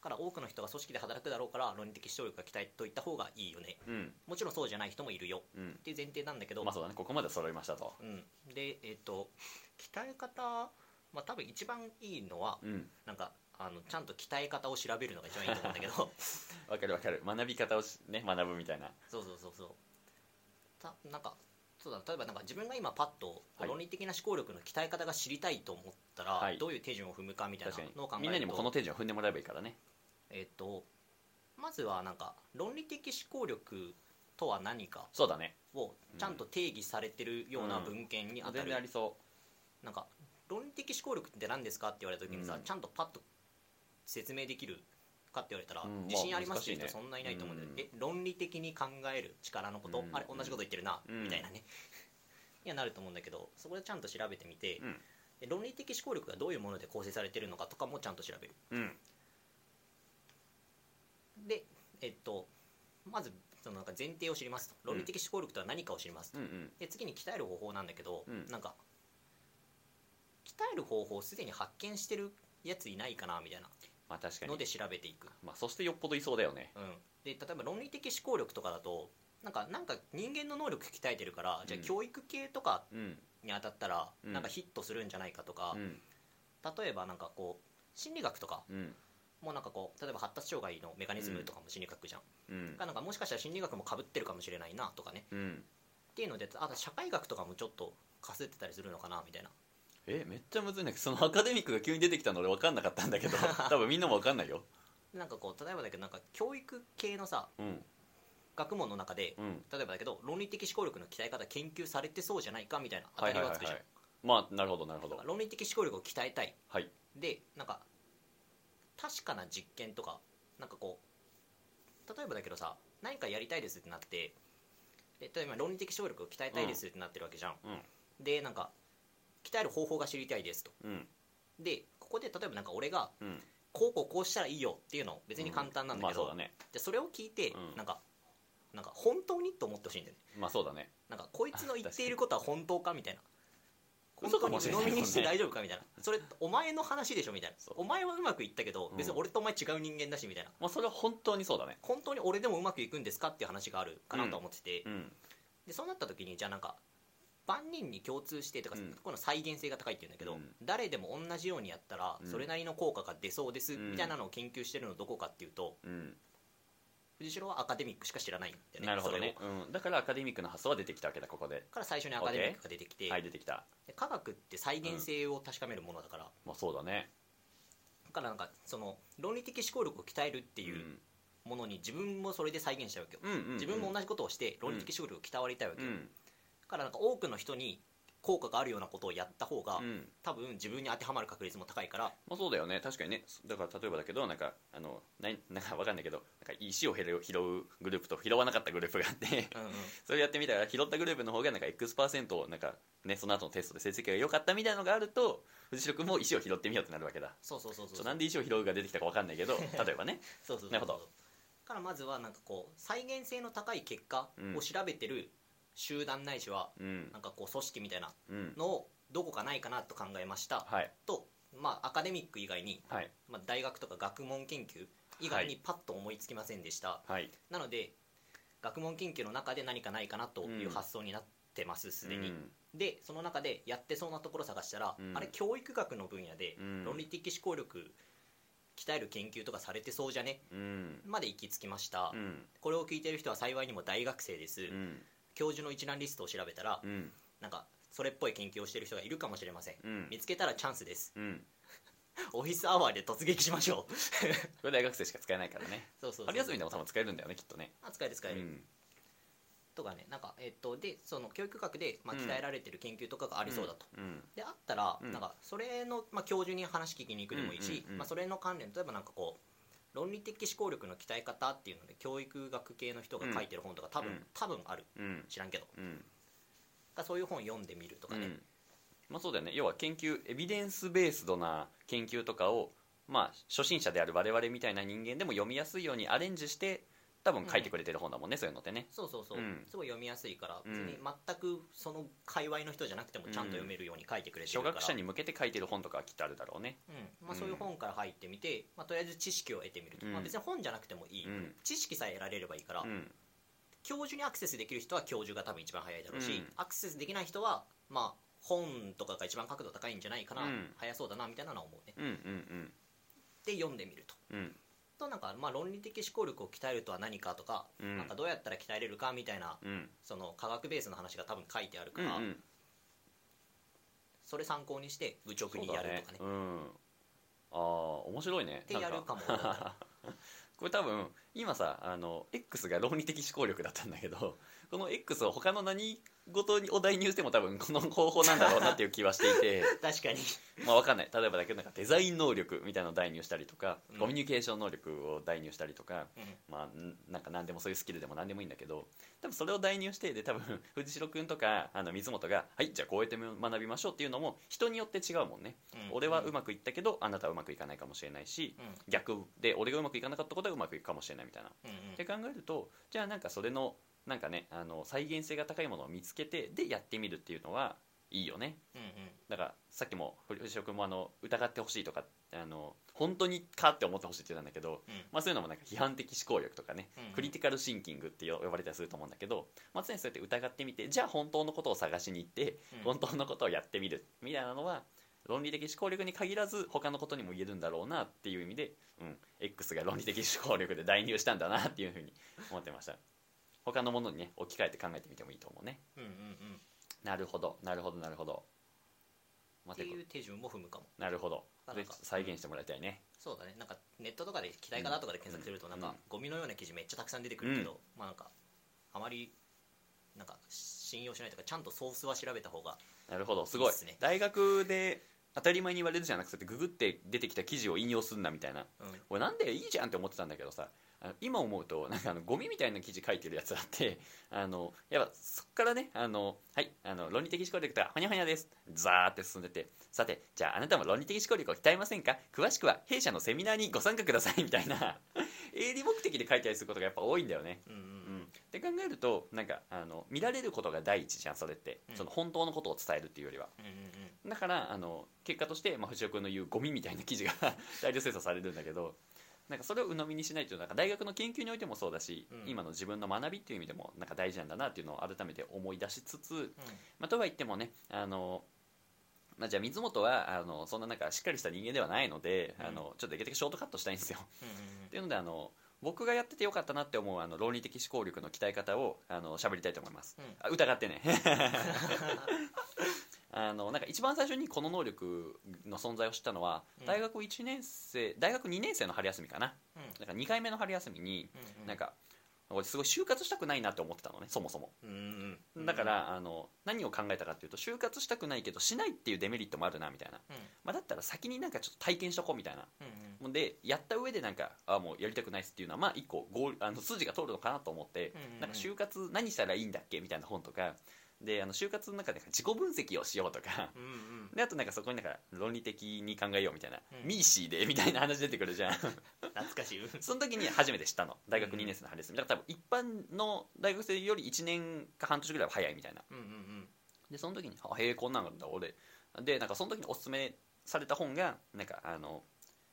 から多くの人が組織で働くだろうから論理的思考力が鍛えといた方がいいよね
うん
もちろんそうじゃない人もいるよ
うん
っていう前提なんだけど、
まあそうだねここまで揃いましたと
うん、でえっ、と鍛え方まあ多分一番いいのは
うん
なんかあのちゃんと鍛え方を調べるのが一番いいと思うんだけど
わかるわかる学び方をしね学ぶみたいな
そうそうそうそうたなんかそうだ例えばなんか自分が今パッと
はい
論理的な思考力の鍛え方が知りたいと思ったら、
はい
どういう手順を踏むかみたいな
確かに
のを考えると
みんなにもこの手順を踏んでもらえばいいからね
えっ、とまずはなんか論理的思考力とは何か
そうだね
をちゃんと定義されてるような文献に当た
全
る、
然ありそ
なんか論理的思考力って何ですかって言われた時にさ、
うん
ちゃんとパッと説明できるかって言われたら、
うん
自信ありま
ま
す
あ
っていう人
難しいね
そんないないと思うんだよ、
うん
え論理的に考える力のこと、
うん
あれ同じこと言ってるな、
うん
みたいなね いやなると思うんだけどそこでちゃんと調べてみて、
うん
で論理的思考力がどういうもので構成されてるのかとかもちゃんと調べる
ううん
でえっとまずそのなんか前提を知りますと論理的思考力とは何かを知りますと、
うんうん
で次に鍛える方法なんだけど、
うん
なんかえる方法をすでに発見してるやついないかなみたいな
まあ確か
の
に
で調べていく、
まあそしてよっぽどいそうだよね
うん、で例えば論理的思考力とかだとなんかなんか人間の能力鍛えてるからじゃ
うん
あ教育系とか
うん
に当たったら
うん
なんかヒットするんじゃないかとか、
うん
例えばなんかこう心理学とか
うん
もなんかこう例えば発達障害のメカニズムとかも心理学じゃん、
うん
がなんかもしかしたら心理学もかぶってるかもしれないなとかね
うん
っていうのであと社会学とかもちょっとかすってたりするのかなみたいな
えめっちゃむずいんだけどそのアカデミックが急に出てきたの俺分かんなかったんだけ ど多分みんなも分かんないよ
でなんかこう例えばだけどなんか教育系のさ
うん
学問の中で
うん
例えばだけど論理的思考力の鍛え方研究されてそうじゃないかみたいな当
は
た
い
り
はいは、は
はいつくじゃん、
い、まあなるほどなるほど
だから論理的思考力を鍛えたい
はい
でなんか確かな実験とかなんかこう例えばだけどさ何かやりたいですってなってで例えば論理的思考力を鍛えたいですってなってるわけじゃん、
うん
でなんか鍛える方法が知りたいですと
うん
でここで例えばなんか俺が
うん
こうこうこうしたらいいよっていうの別に簡単なんだけど、
まあそうだね
でそれを聞いて、
うん
なんかなんか本当にと思ってほしいんだよね
まあそうだね
なんかこいつの言っていることは本当かみたいな本
嘘
当
か
に
もしれ
鵜
ない
呑みにして
もんね
大丈夫かみたいなそれお前の話でしょみたいな
そう
お前はうまくいったけど
うん
別に俺とお前違う人間だしみたいな
まあそれは本当にそうだね
本当に俺でもうまくいくんですかっていう話があるかなと思ってて
うん
でそうなった時にじゃあなんか万人に共通してとか
うん
この再現性が高いっていうんだけ
う
ど
ん
誰でも同じようにやったら
うん
それなりの効果が出そうです
うん
みたいなのを研究してるのどこかっていうと
うん
藤代はアカデミックしか知らないんだよね
なるほど
それを
ね、うん、だからアカデミックの発想は出てきたわけだここで
から最初にアカデミックが出てきて
はい出てきた
で科学って再現性を確かめるものだから
まあそうだね
だからなんかその論理的思考力を鍛えるって
う
いうものに自分もそれで再現しちゃうわけよ、
んうんうん
自分も同じことをして論理的思考力を鍛わりたいわけ
う
よ、
ん
だからなんか多くの人に効果があるようなことをやった方が、
うん
多分自分に当てはまる確率も高いから
まあそうだよね確かにねだから例えばだけどなんかあのななんかわかんない けどなんか石を拾う拾うグループと拾わなかったグループがあって
うんうん
それやってみたら拾ったグループの方がなんか X パーセントなんかねその後のテストで成績が良かったみたいなのがあると藤代君も石を拾ってみようってなるわけだ
そうそうそうそう
ちょなんで石を拾うが出てきたかわかんないけ ど例えばね
そうそうそうそう
なるほど
だからまずはなんかこう再現性の高い結果を調べてる集団ないしは、
うん
なんかこう組織みたいな
うん
のをどこかないかなと考えました、
はい
とまあアカデミック以外に
はい
まあ、大学とか学問研究以外にパッと思いつきませんでした、
はい
なので学問研究の中で何かないかなとい
うん
う発想になってますすでに、
うん
でその中でやってそうなところ探したら、
うん
あれ教育学の分野で
うん
論理的思考力鍛える研究とかされてそうじゃね
うん
まで行き着きました、
うん
これを聞いてる人は幸いにも大学生です、
うん
教授の一覧リストを調べたら、
うん
なんかそれっぽい研究をしてる人がいるかもしれません、
うん
見つけたらチャンスです
うん
オフィスアワーで突撃しましょ
こ
う
れ大学生しか使えないからね
そうそうそう
春休みでも多分使えるんだよねきっとね
あ使える使える、
うん
とかねなんか、えっとでその教育学で、まあ、
うん
鍛えられてる研究とかがありそうだと、
うん
であったら、
うん
なんかそれの、まあ、教授に話聞きに行くでもいい
う
し、
んうんうん
まあ、それの関連例えばなんかこう論理的思考力の鍛え方っていうので教育学系の人が書いてる本とか多分、
うん
多分ある
うん
知らんけど
うん
だそういう本読んでみるとかね、
うんまあ、そうだよね要は研究エビデンスベースドな研究とかを、まあ、初心者である我々みたいな人間でも読みやすいようにアレンジして多分書いてくれてる本だもんね、そういうのってね
そうそうそう、
うん
すごい読みやすいから
うん
別に全くその界隈の人じゃなくてもちゃんと読めるように書いてくれて
初
るから、
学者に向けて書いてる本とかはきっとあるだろうね
うんまあ、そういう本から入ってみて、まあ、とりあえず知識を得てみると、
うん
まあ、別に本じゃなくてもいい、
うん
知識さえ得られればいいから、
うん
教授にアクセスできる人は教授が多分一番早いだろうし、
うん
アクセスできない人はまあ本とかが一番角度高いんじゃないかな、
うん
早そうだなみたいなのは思うね
うんうん
で読んでみると
うんうん
となんかまあ論理的思考力を鍛えるとは何かとか、
うん
なんかどうやったら鍛えれるかみたいな
うん
その科学ベースの話が多分書いてある
う
から、
ん
それ参考にして愚直
そう
にや
だ
る
ね
とかね
うんああ面白いね
ってやるかも
なんかこれ多分今さあの X が論理的思考力だったんだけどこの X を他の何事にお題にしても多分この方法なんだろうなっていう気はしていて
確かに
まあわかんない例えばだけどなんかデザイン能力みたいなのを代入したりとか、
うん
コミュニケーション能力を代入したりとか、
うん
まあ、んなんか何でもそういうスキルでも何でもいいんだけど多分それを代入してで多分藤代君とかあの水本が「はいじゃあこうやって学びましょう」っていうのも人によって違うもんね、
うん
俺はうまくいったけどあなたはうまくいかないかもしれないし、
うん
逆で俺がうまくいかなかったことはうまくいくかもしれないみたいな。
うんうん
って考えるとじゃあなんかそれのなんかねあの再現性が高いものを見つけてでやってみるっていうのはいいよね
うんうん
だからさっきも堀藤尾君もあの疑ってほしいとかあの本当にかって思ってほしいって言ってたんだけど、
うん
まあ、そういうのもなんか批判的思考力とかね、
うんうん
クリティカルシンキングって呼ばれたりすると思うんだけど、まあ、常にそうやって疑ってみてじゃあ本当のことを探しに行って
うん
本当のことをやってみるみたいなのは論理的思考力に限らず他のことにも言えるんだろうなっていう意味で、うん、X が論理的思考力で代入したんだなっていうふうに思ってました他のものにね置き換えて考えてみてもいいと思うね
うんうんうん
なるほどなるほどなるほど
っ
待
て
てこ
いう手順も踏むかも
なるほど
な
そ
ん
れ
か
再現してもらいたいね
そうだねなんかネットとかで「嫌いかな」とかで検索すると
うん
なんか
うん
ゴミのような記事めっちゃたくさん出てくるけど、まあなんかあまりなんか信用しないというかちゃんとソースは調べた方が
なるほどすごい
いいっすね
大学で当たり前に言われるじゃなくてググって出てきた記事を引用すんなみたいな
うん
俺なんでいいじゃんって思ってたんだけどさあの今思うとなんかあのゴミみたいな記事書いてるやつあって あのやっぱそっからねあのはいあの論理的思考力とはほにゃほにゃですザーって進んでてさてじゃああなたも論理的思考力を鍛えませんか詳しくは弊社のセミナーにご参加くださいみたいな 営利目的で書いたりすることがやっぱ多いんだよね
うんうん
うん、って考えるとなんかあの見られることが第一じゃんそれって、
うん
その本当のことを伝えるっていうよりは
うんうんうん
だからあの結果として、まあ、藤尾君の言うゴミみたいな記事が 大量生産されるんだけどなんかそれを鵜呑みにしないというのはなんか大学の研究においてもそうだし、
うん
今の自分の学びっていう意味でもなんか大事なんだなっていうのを改めて思い出しつつ、まあ、とはいってもねあの、まあ、じゃあ水本はあのそんななんかしっかりした人間ではないので、
うん
あのちょっとできるだけショートカットしたいんですよ。
うんうん
っていうのであの僕がやっててよかったなって思うあの論理的思考力の鍛え方をあの喋りたいと思います、
うん
あ疑ってね あのなんか一番最初にこの能力の存在を知ったのは
うん
大学1年生大学2年生の春休みかな
うん
なんか2回目の春休みに
うんうん
なんか俺すごい就活したくないなって思ってたのねそもそも
うんうんうん
だからあの何を考えたかっていうと就活したくないけどしないっていうデメリットもあるなみたいな、
うん
まあ、だったら先になんかちょっと体験しとこうみたいな
うんうん
でやった上でなんかあもうやりたくないっすっていうのはまあ一個ゴールあの筋が通るのかなと思って、
うんうんうん
なんか就活何したらいいんだっけみたいな本とかであの就活の中で自己分析をしようとか
うんうん
であとなんかそこになんか論理的に考えようみたいな、
うん
ミーシーでみたいな話出てくるじ ゃん
懐かしいうん
その時に初めて知ったの大
うんう
学
ん
2年生の春休みだから多分一般の大学生より1年か半年ぐらいは早いみたいな
うんうん
でその時に「あへえこんなんがあるんだ俺」でなんかその時におすすめされた本がなんかあの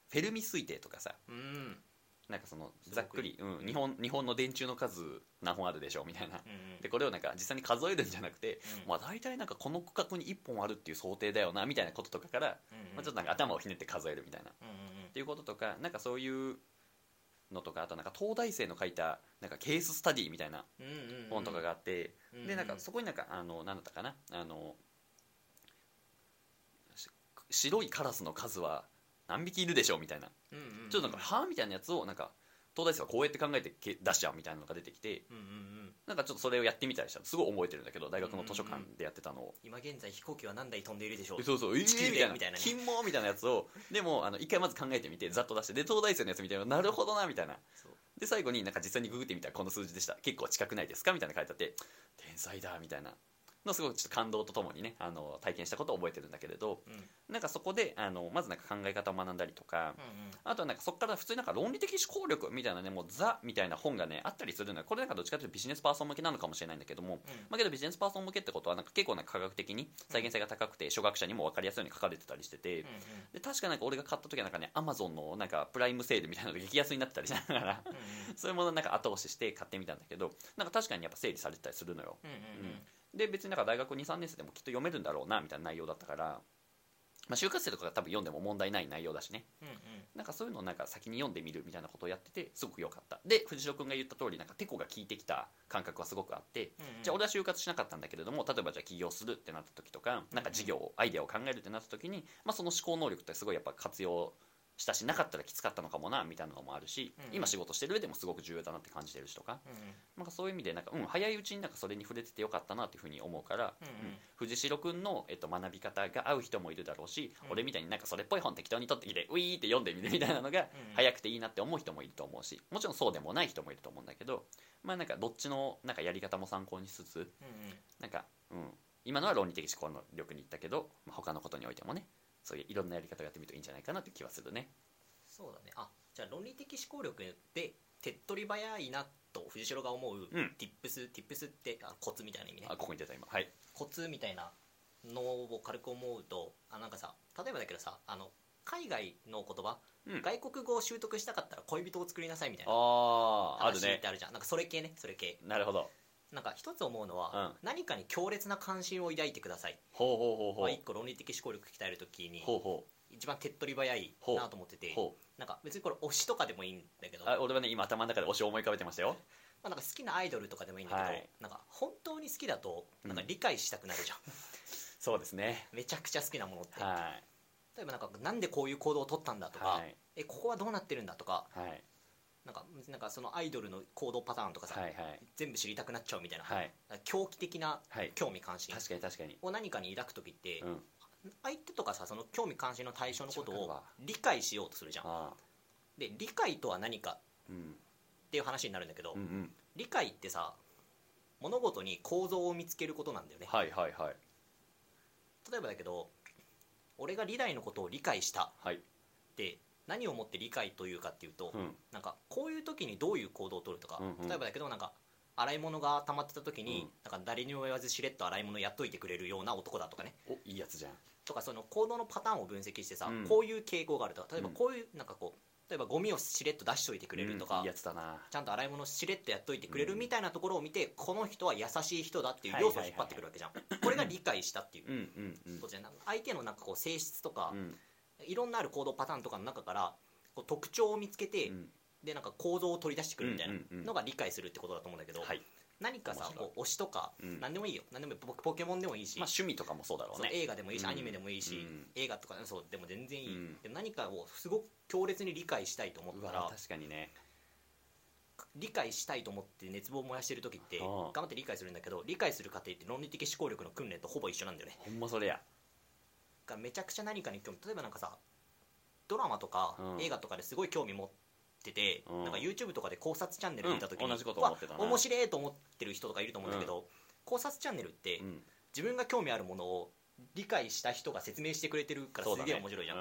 フェルミ推定とかさ
うんうん
なんかその
すごく
ざっくり、うん、日本日本の電柱の数何本あるでしょうみたいな
うんうん
でこれをなんか実際に数えるんじゃなくて、
うん
まあ、大体なんかこの区画に1本あるっていう想定だよなみたいなこととかから、
うんうん
まあ、ちょっとなんか頭をひねって数えるみたいなっ
うんうん
ていうこととかなんかそういうのとかあとなんか東大生の書いたなんかケーススタディみたいな
うんうんうん
本とかがあって、
うんうん
でなんかそこになんかあの何だったかなあのし白いカラスの数は何匹いるでしょうみたいな
うんうんうん
ちょっとなんか「はあ?」みたいなやつをなんか東大生はこうやって考えてけ出しちゃうみたいなのが出てきて
うんうんうん
なんかちょっとそれをやってみたりしたすごい覚えてるんだけど大学の図書館でやってたのを。
今現在飛行機は何台飛んでいるでしょう
でそうそう、え
地球
ー、
で
みたいな
みたいなね
金毛みたいなやつをでもあの一回まず考えてみてざっと出してで東大生のやつみたいななるほどなみたいな
そう
で最後になんか実際にググってみたらこの数字でした結構近くないですかみたいなの書いてあって天才だみたいなのすごくちょっと感動とともにねあの体験したことを覚えてるんだけれど
うんうん
なんかそこであのまずなんか考え方を学んだりとか、
うん
あとはなんかそこから普通になんか論理的思考力みたいなねもうザみたいな本がねあったりするのよこれなんかどっちかというとビジネスパーソン向けなのかもしれないんだけども、まあけどビジネスパーソン向けってことはなんか結構なんか科学的に再現性が高くて初学者にも分かりやすいように書かれてたりしてて、
うんうん
で確かなんか俺が買った時はなんかねアマゾンのなんかプライムセールみたいなのが激安になってたりしなが らそういうものなんか後押しして買ってみたんだけどなんか確かにやっぱ整理されてたりするのよ
うんうん
で別になんか大学23年生でもきっと読めるんだろうなみたいな内容だったから、まあ、就活生とかが多分読んでも問題ない内容だしね
うんうん
なんかそういうのをなんか先に読んでみるみたいなことをやっててすごく良かったで藤代君が言った通りなんかテコが効いてきた感覚はすごくあって、
うんうん
じゃあ俺は就活しなかったんだけれども例えばじゃあ起業するってなった時とかなんか事業をアイデアを考えるってなった時に、まあ、その思考能力ってすごいやっぱ活用したしなかったらきつかったのかもなみたいなのもあるし、
うん
今仕事してる上でもすごく重要だなって感じてるしとか
うんうん
なんかそういう意味でなんか、うん、早いうちになんかそれに触れててよかったなっていうふうに思うから、
うんうん
藤代君の、えっと、学び方が合う人もいるだろうし、
うん
俺みたいになんかそれっぽい本適当に取ってきてウィーって読んでみるみたいなのが
うん
早くていいなって思う人もいると思うしもちろんそうでもない人もいると思うんだけど、まあ、なんかどっちのなんかやり方も参考にしつつ
うんうん
なんか、うん、今のは論理的思考力に行ったけど、まあ、他のことにおいてもねそういういろんなやり方をやってみるといいんじゃないかなって気はするね。
そうだねあじゃあ論理的思考力で手っ取り早いなと藤代が思う、
うん
ティップスティップスってあコツみたいな意味ね
あここに出た今はい
コツみたいなのを軽く思うとあなんかさ例えばだけどさあの海外の言葉、
うん
外国語を習得したかったら恋人を作りなさいみたいな
あああ
話
る
っ
ね
てあるじゃんなんかそれ系ねそれ系
なるほど
なんか一つ思うのは、
うん
何かに強烈な関心を抱いてください、
ほうほうほうほ
まあ、
う
一個論理的思考力鍛えるときに
ほうほ
一番手っ取り早いなと思ってて
うほう
なんか別にこれ推しとかでもいいんだけど
あ俺はね今頭の中で推しを思い浮かべてましたよ
まあ、なんか好きなアイドルとかでもいいんだけど、
はい
なんか本当に好きだと
うん
なんか理解したくなるじゃん、
そうですね
めちゃくちゃ好きなものって、
はい
例えばなんかなんでこういう行動を取ったんだとか、
はい
えここはどうなってるんだとか
はい
なんかなんかそのアイドルの行動パターンとかさ、
はいはい
全部知りたくなっちゃうみたいな、
はい
なんか狂気的な
はい
興味関心
確かに確かに
を何かに抱く時って、
うん
相手とかさその興味関心の対象のこと
めっちゃ
を
わか
理解しようとするじゃん
ああ
で理解とは何か
うん
っていう話になるんだけど、
うんうん
理解ってさ物事に構造を見つけることなんだよね
はいはいはい
例えばだけど俺が理大のことを理解した
はい
って何をもって理解というかっていうと、
うん
なんかこういう時にどういう行動を取るとか、
うんうん
例えばだけどなんか洗い物が溜まってた時に、
うん
なんか誰にも言わずしれっと洗い物やっといてくれるような男だとかね
おいいやつじゃん
とかその行動のパターンを分析してさ、
うん
こういう傾向があるとか例えば
うん
こういうなんかこう例えばゴミをしれっと出しといてくれると
うん
か、
いいやつだな
ちゃんと洗い物しれっとやっといてくれる
うん
みたいなところを見て、この人は優しい人だっていう要素を引っ張ってくるわけじゃん、これが理解したっていう
うんうんうん
ことじゃんなんか相手のなんかこう性質とか、
うん
いろんなある行動パターンとかの中からこう特徴を見つけて、
うん
でなんか構造を取り出してくるみたいな
うんうんうん
のが理解するってことだと思うんだけど、
はい
何かさ
面白い
こう推しとか、
うん
何でもいいよ何でもいいポポケモンでもいいし、
まあ趣味とかもそうだろう
そう
ね
映画でもいいし、
うん
アニメでもいいし、
うん
映画とかそうでも全然いい、
うん
でも何かをすごく強烈に理解したいと思っ
う
た
わ
ら
確かにね
理解したいと思って熱望を燃やしてる時って
ああ
頑張って理解するんだけど理解する過程って論理的思考力の訓練とほぼ一緒なんだよね
ほんまそれや
だからめちゃくちゃ何かに興味例えばなんかさドラマとか
うん
映画とかですごい興味持ってて、
うん
なんか YouTube とかで考察チャンネル見た時に、
うん同じこと思ってたな
うわ面白いと思ってる人とかいると思うんだけど、考察チャンネルって
うん
自分が興味あるものを理解した人が説明してくれてるから
そう
す
だね
げえ面白いじゃん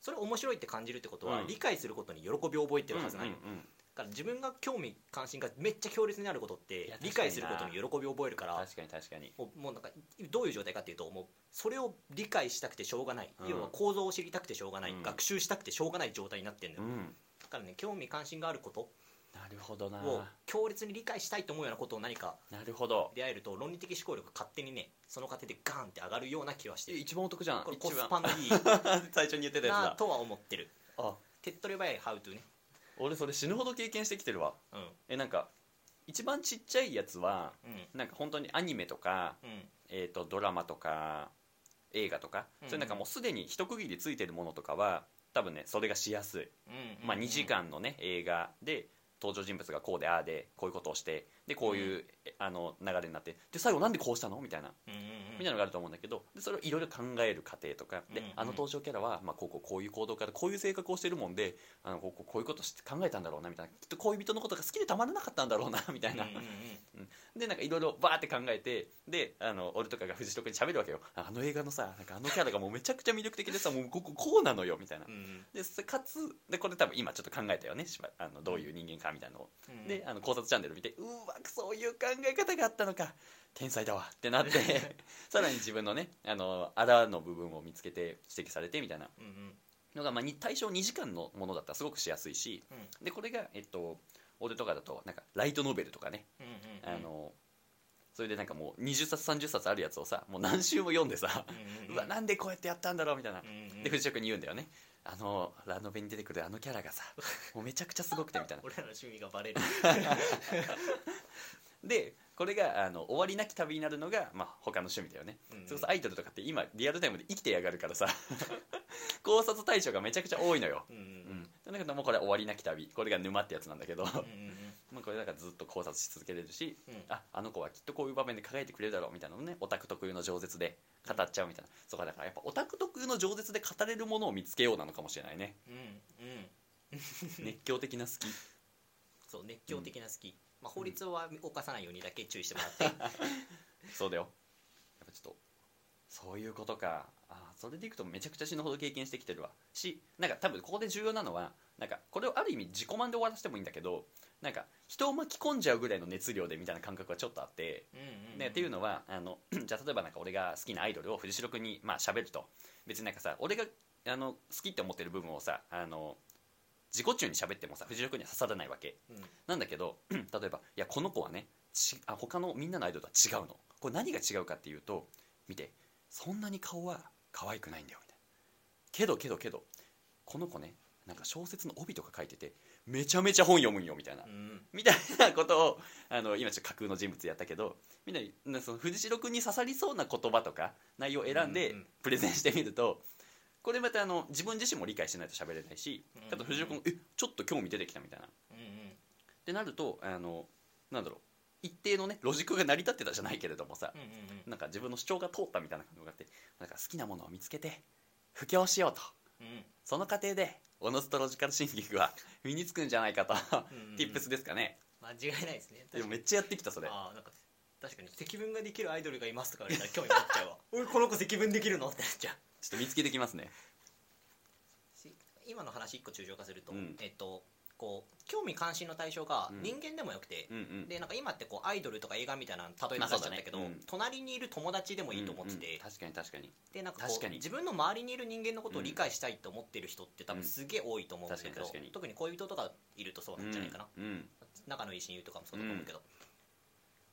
そ,、
うん
れ面白いって感じるってことは、
うん
理解することに喜びを覚えてるはずなの、
うんうんうん
だから自分が興味関心がめっちゃ強烈になることっ
い
て
や
理解することに喜びを覚えるから
確かに確かに
もうもうなんかどういう状態かっていうともうそれを理解したくてしょうがない、
うん
要は構造を知りたくてしょうがない、
うん
学習したくてしょうがない状態になってるんだ
う
よ、
ん
だからね興味関心があること
なるほどな
を強烈に理解したいと思うようなことを何か
なるほど
出会えると論理的思考力勝手にねその過程でガーンって上がるような気はして
え
る
一番お得じゃん
これ
一
コ
番
スパのい い
最初に言ってたやつ
な
だ
とは思ってる
あ
手っ取り早いハウトゥーね
俺それ死ぬほど経験してきてるわ
うん
えなんか一番ちっちゃいやつはなんか本当にアニメとか、
うんうん
えー、とドラマとか映画とか、
うん
それなんかもうすでに一区切りついてるものとかは多分ねそれがしやすい、
うん
まあ、2時間のね映画で登場人物がこうでああでこういうことをしてでこういう、えあの流れになってで最後なんでこうしたのみたいな
うんうん
みたい
うん
なのがあると思うんだけどでそれをいろいろ考える過程とかで、
うんうん
あの登場キャラは、まあ、こうこうこういう行動からこういう性格をしてるもんであのこうこうこういうことして考えたんだろうなみたいなきっと恋人のことが好きでたまらなかったんだろ うなみたいな、
うんうんうん
でなんかいろいろバーって考えてであの俺とかが藤代君に喋るわけよあの映画のさなんかあのキャラがもうめちゃくちゃ魅力的でさもうこここうなのよみたいな
う。ん
でそかつでこれ多分今ちょっと考えたよねしばあのどういう人間かみたいなのを、
うん
であの考察チャンネル見てうーわそういう考え方があったのか天才だわってなって さらに自分のねあのあらの部分を見つけて指摘されてみたいな
うんうん
のが、まあ、に対象2時間のものだったらすごくしやすいし
うん
でこれが、えっと、俺とかだとなんかライトノベルとかね
うんうん
あのそれでなんかもう20冊30冊あるやつをさもう何週も読んでさ
うんうんうん
うわなんでこうやってやったんだろうみたいな
うんうん
で藤代君に言うんだよねあのラノベに出てくるあのキャラがさもうめちゃくちゃすごくてみたいな
俺らの趣味が バレる
でこれがあの終わりなき旅になるのが、まあ、他の趣味だよね、
うんうん
それこそアイドルとかって今リアルタイムで生きてやがるからさ 考察対象がめちゃくちゃ多いのよ、
うんう
うんん、だけどもうこれは終わりなき旅これが沼ってやつなんだけど
うんうん
まあこれだからずっと考察し続けれるし、
うん
ああの子はきっとこういう場面で輝いてくれるだろうみたいなのをねオタク特有の饒舌で語っちゃうみたいな、そうかだからやっぱオタク特有の饒舌で語れるものを見つけようなのかもしれない ね
うんうん
熱狂的な好き
そう熱狂的な好き、まあ、法律は犯さないようにだけ注意してもらって、
そうだよやっぱちょっとそういうことかあーそれでいくとめちゃくちゃ死ぬほど経験してきてるわしなんか多分ここで重要なのはなんかこれをある意味自己満で終わらせてもいいんだけどなんか人を巻き込んじゃうぐらいの熱量でみたいな感覚はちょっとあって、
うんうんうん
ね、っていうのはあの じゃあ例えばなんか俺が好きなアイドルを藤代君にまあ喋ると別になんかさ俺があの好きって思ってる部分をさあの自己中に喋ってもさ藤代君には刺さらないわけ
うん
なんだけど 例えばいやこの子はねちあ他のみんなのアイドルとは違うのこれ何が違うかっていうと見てそんなに顔は可愛くないんだよみたいなけどけどけどこの子ねなんか小説の帯とか書いててめちゃめちゃ本読むんよみたいな
うん
みたいなことをあの今ちょっと架空の人物やったけどみんななその藤代君に刺さりそうな言葉とか内容を選んで
うんうん
プレゼンしてみると、これまたあの自分自身も理解しないと喋れないし
うんうんうん
あと藤代君もえちょっと興味出てきたみたいな。っ
うんうん
てなるとあのなんだろう一定のねロジックが成り立ってたじゃないけれどもさ、
うんうんうん
なんか自分の主張が通ったみたいな感覚があってなんか好きなものを見つけて布教しようと
うん
その過程でおのずとロジカルシンキングは身につくんじゃないかと、
うんうん
Tips ですかね。
間違いないですね
いやめっちゃやってきたそれ
あーなんか確かに積分ができるアイドルがいますとか言われたら興味持っちゃうわ 俺この子積分できるのってなっちゃう
ちょっと見つけてきますね。
し今の話一個抽象化すると、
うん
えっとこう興味関心の対象が
うん
人間でもよくて、
うんうん。
でなんか今ってこうアイドルとか映画みたいなの例え
ま
ば
あそ
出
う
しち
だ
ゃ
ね
ったけど、
うん
隣にいる友達でもいいと思ってて、
うんうん確かに確かに。
でなんかこ
確か
う
に
自分の周りにいる人間のことを理解したいと思ってる人って多
う
分
ん
すげえ多いと思うんだけ
確かに
ど、
確かに
特に恋人とかいるとそうなんじゃないかな、
うん。うん
仲のいい親友とかもそうだと思うけど、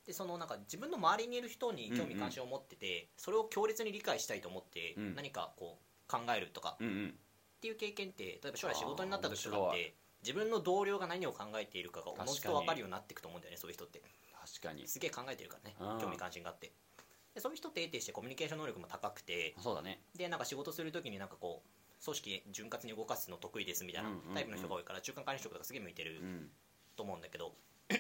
でそのなんか自分の周りにいる人に興味関心を持ってて、それを強烈に理解したいと思って
うん
何かこう考えるとか
うんうん。
っていう経験って例えば将来仕事になった時と
あー
かっ
面白
て自分の同僚が何を考えているかがおのず
確か
と
に
分かるようになっていくと思うんだよねそういう人って
確かに。
すげえ考えてるからね
うん
興味関心があってでそういう人って得てしてコミュニケーション能力も高くて
そうだね。
でなんか仕事する時になんかこう組織潤滑に動かすの得意ですみたいな
うんうんうん
タイプの人が多いから中間管理職とかすげえ向いてる
うん。
と思うんだけど っ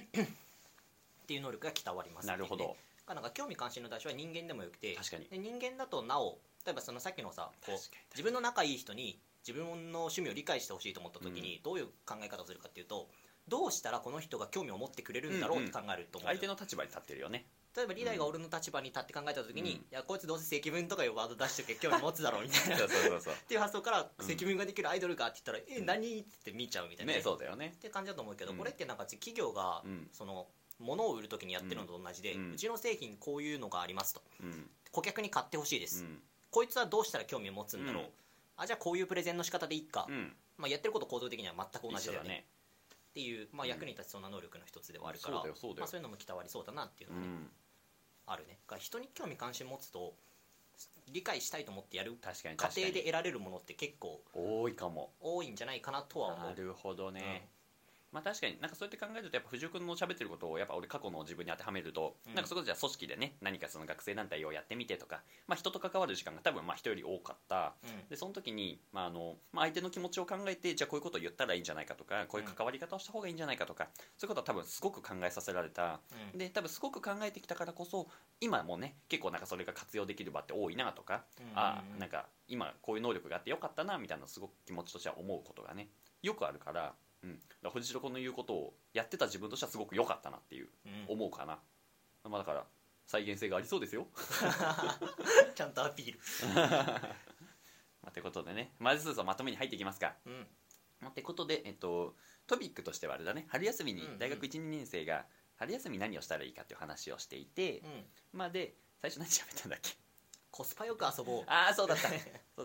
ていう能力が鍛わりますって
な
いうね
るほど。
だからなんか興味関心の対象は人間でもよくて
確かに
で人間だとなお例えばそのさっきのさこう
確かに
自分の仲いい人に自分の趣味を理解してほしいと思った時にどういう考え方をするかっていうとどうしたらこの人が興味を持ってくれるんだろうって考えると思う
相
よ
手の立場に立ってるよね。
例えばリーダーが俺の立場に立って考えた時
う
に、
ん
いやこいつどうせ積分とかいうワード出してけ興味持つだろうみたい
そ
な
う
っ
そうそうそ
ていう発想から
うん
積分ができるアイドルかって言ったら、
うん
え何って見ちゃうみた
う。
いな、
ね、
っ
そうだよね。
て感じだと思うけど、
うん
これってなんか企業が、
うん
その物を売る時にやってるのと同じで、
う
うんちの製品こういうのがありますと
うん。
顧客に買ってほしいで
う
す、
ん。
こいつはどうしたら興味を持つんだろう、
うん
あじゃあこういうプレゼンの仕方でいいか、
うん。
まあ、やってること構造的には全く同じだよね
一緒。
っていう、まあ、
うん
役に立ちそうな能力の一つではあるから、
そうだよそうだよ
まあ、そういうのも伝わりそうだなっていう
う
のはね、
ん。
あるねだから人に興味関心持つと理解したいと思ってやる
確かに
過
確か
程
に。
で得られるものって結構
多いかも。
多いんじゃないかなとは思
な
う
るほどね。まあ確かになんかそうやって考えるとやっぱ藤尾君の喋ってることをやっぱ俺過去の自分に当てはめると、
うん
なんかそこでじゃあ組織でね何かその学生団体をやってみてとか、まあ、人と関わる時間が多分まあ人より多かった
うん
でその時に、まああのまあ、相手の気持ちを考えてじゃあこういうことを言ったらいいんじゃないかとかこういう関わり方をした方がいいんじゃないかとか、そういうことは多分すごく考えさせられた
うん
で多分すごく考えてきたからこそ今もね結構なんかそれが活用できる場って多いなとか、
うん
ああなんか今こういう能力があってよかったなみたいなすごく気持ちとしては思うことがねよくあるから。うん、だから藤代君の言うことをやってた自分としてはすごく良かったなっていう
うん
思うかな、まあ、だから再現性がありそうですよ
ちゃんとアピール、
まあということでねまずそろそろまとめに入っていきますか
うん
まあってことで、えっと、トピックとしてはあれだね春休みに
うんうん
大学12、2年生が春休み何をしたらいいかっていう話をしていて、
うん、
まあで最初何喋ったんだっけ
コスパよく遊ぼう
ああそうだったそう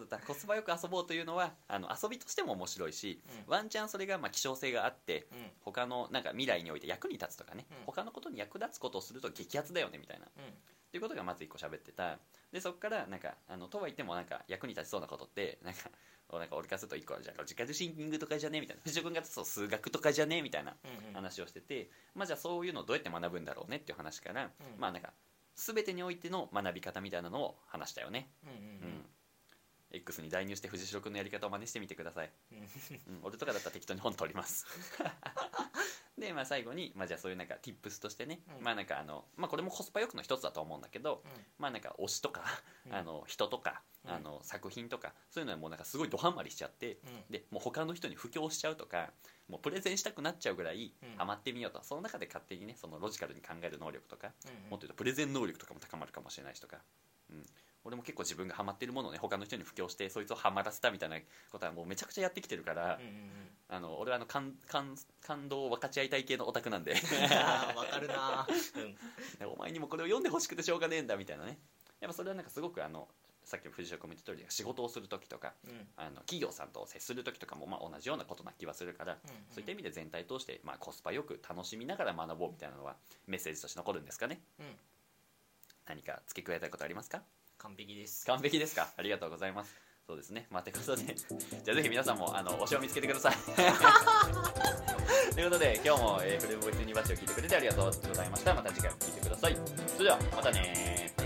だったコスパよく遊ぼうというのはあの遊びとしても面白いし、
うん
ワンチャンそれがまあ希少性があって
うん
他のなんか未来において役に立つとかね、
うん
他のことに役立つことをすると激アツだよねみたいな
うん
っていうことがまず一個喋ってたでそこからなんかあのとはいってもなんか役に立ちそうなことって なんかおなんか俺からすると一個じゃあロジカルシンキングとかじゃねみたいな藤尾君がそう数学とかじゃねみたいな
うんうん
話をしてて、まあ、じゃあそういうのをどうやって学ぶんだろうねっていう話から、
うん
まあなんか全てにおいての学び方みたいなのを話したよね、
うん
うん X に代入して藤代君のやり方を真似してみてください、
うんうん
うん、俺とかだったら適当に本取ります で、まあ、最後に、まあ、じゃあそういうなんか tips としてね、
うん
まあなんかあの、まあ、これもコスパよくの一つだと思うんだけど、まあなんか推しとか、
うん
あの人とか、
うん
あの作品とかそういうのはもうなんかすごいドハマりしちゃって、
うん
でもう他の人に布教しちゃうとかもうプレゼンしたくなっちゃうぐらい
うん
ハマってみようと、その中で勝手にねそのロジカルに考える能力とか、
うんうん
もっと言うとプレゼン能力とかも高まるかもしれないしとか、うん俺も結構自分がハマってるものをね他の人に布教してそいつをハマらせたみたいなことはもうめちゃくちゃやってきてるから、
うんうんうん
あの俺はあの感感感動を分かち合いたい系のオタクなんで
あーわかるなうん
お前にもこれを読んでほしくてしょうがねえんだみたいなねやっぱそれはなんかすごくあのさっき藤代君も言った通り仕事をする時とか
うんうん
あの企業さんと接する時とかもまあ同じようなことな気はするから、そういった意味で全体通してまあコスパよく楽しみながら学ぼうみたいなのはメッセージとして残るんですかね
うん
何か付け加えたいことありますか
完璧です
完璧ですかありがとうございますそうですねまあてこと でじゃあぜひ皆さんもあの推しを見つけてくださいということで今日も、えーフルボイスユニバーシティを聞いてくれてありがとうございましたまた次回も聞いてくださいそれではまたねー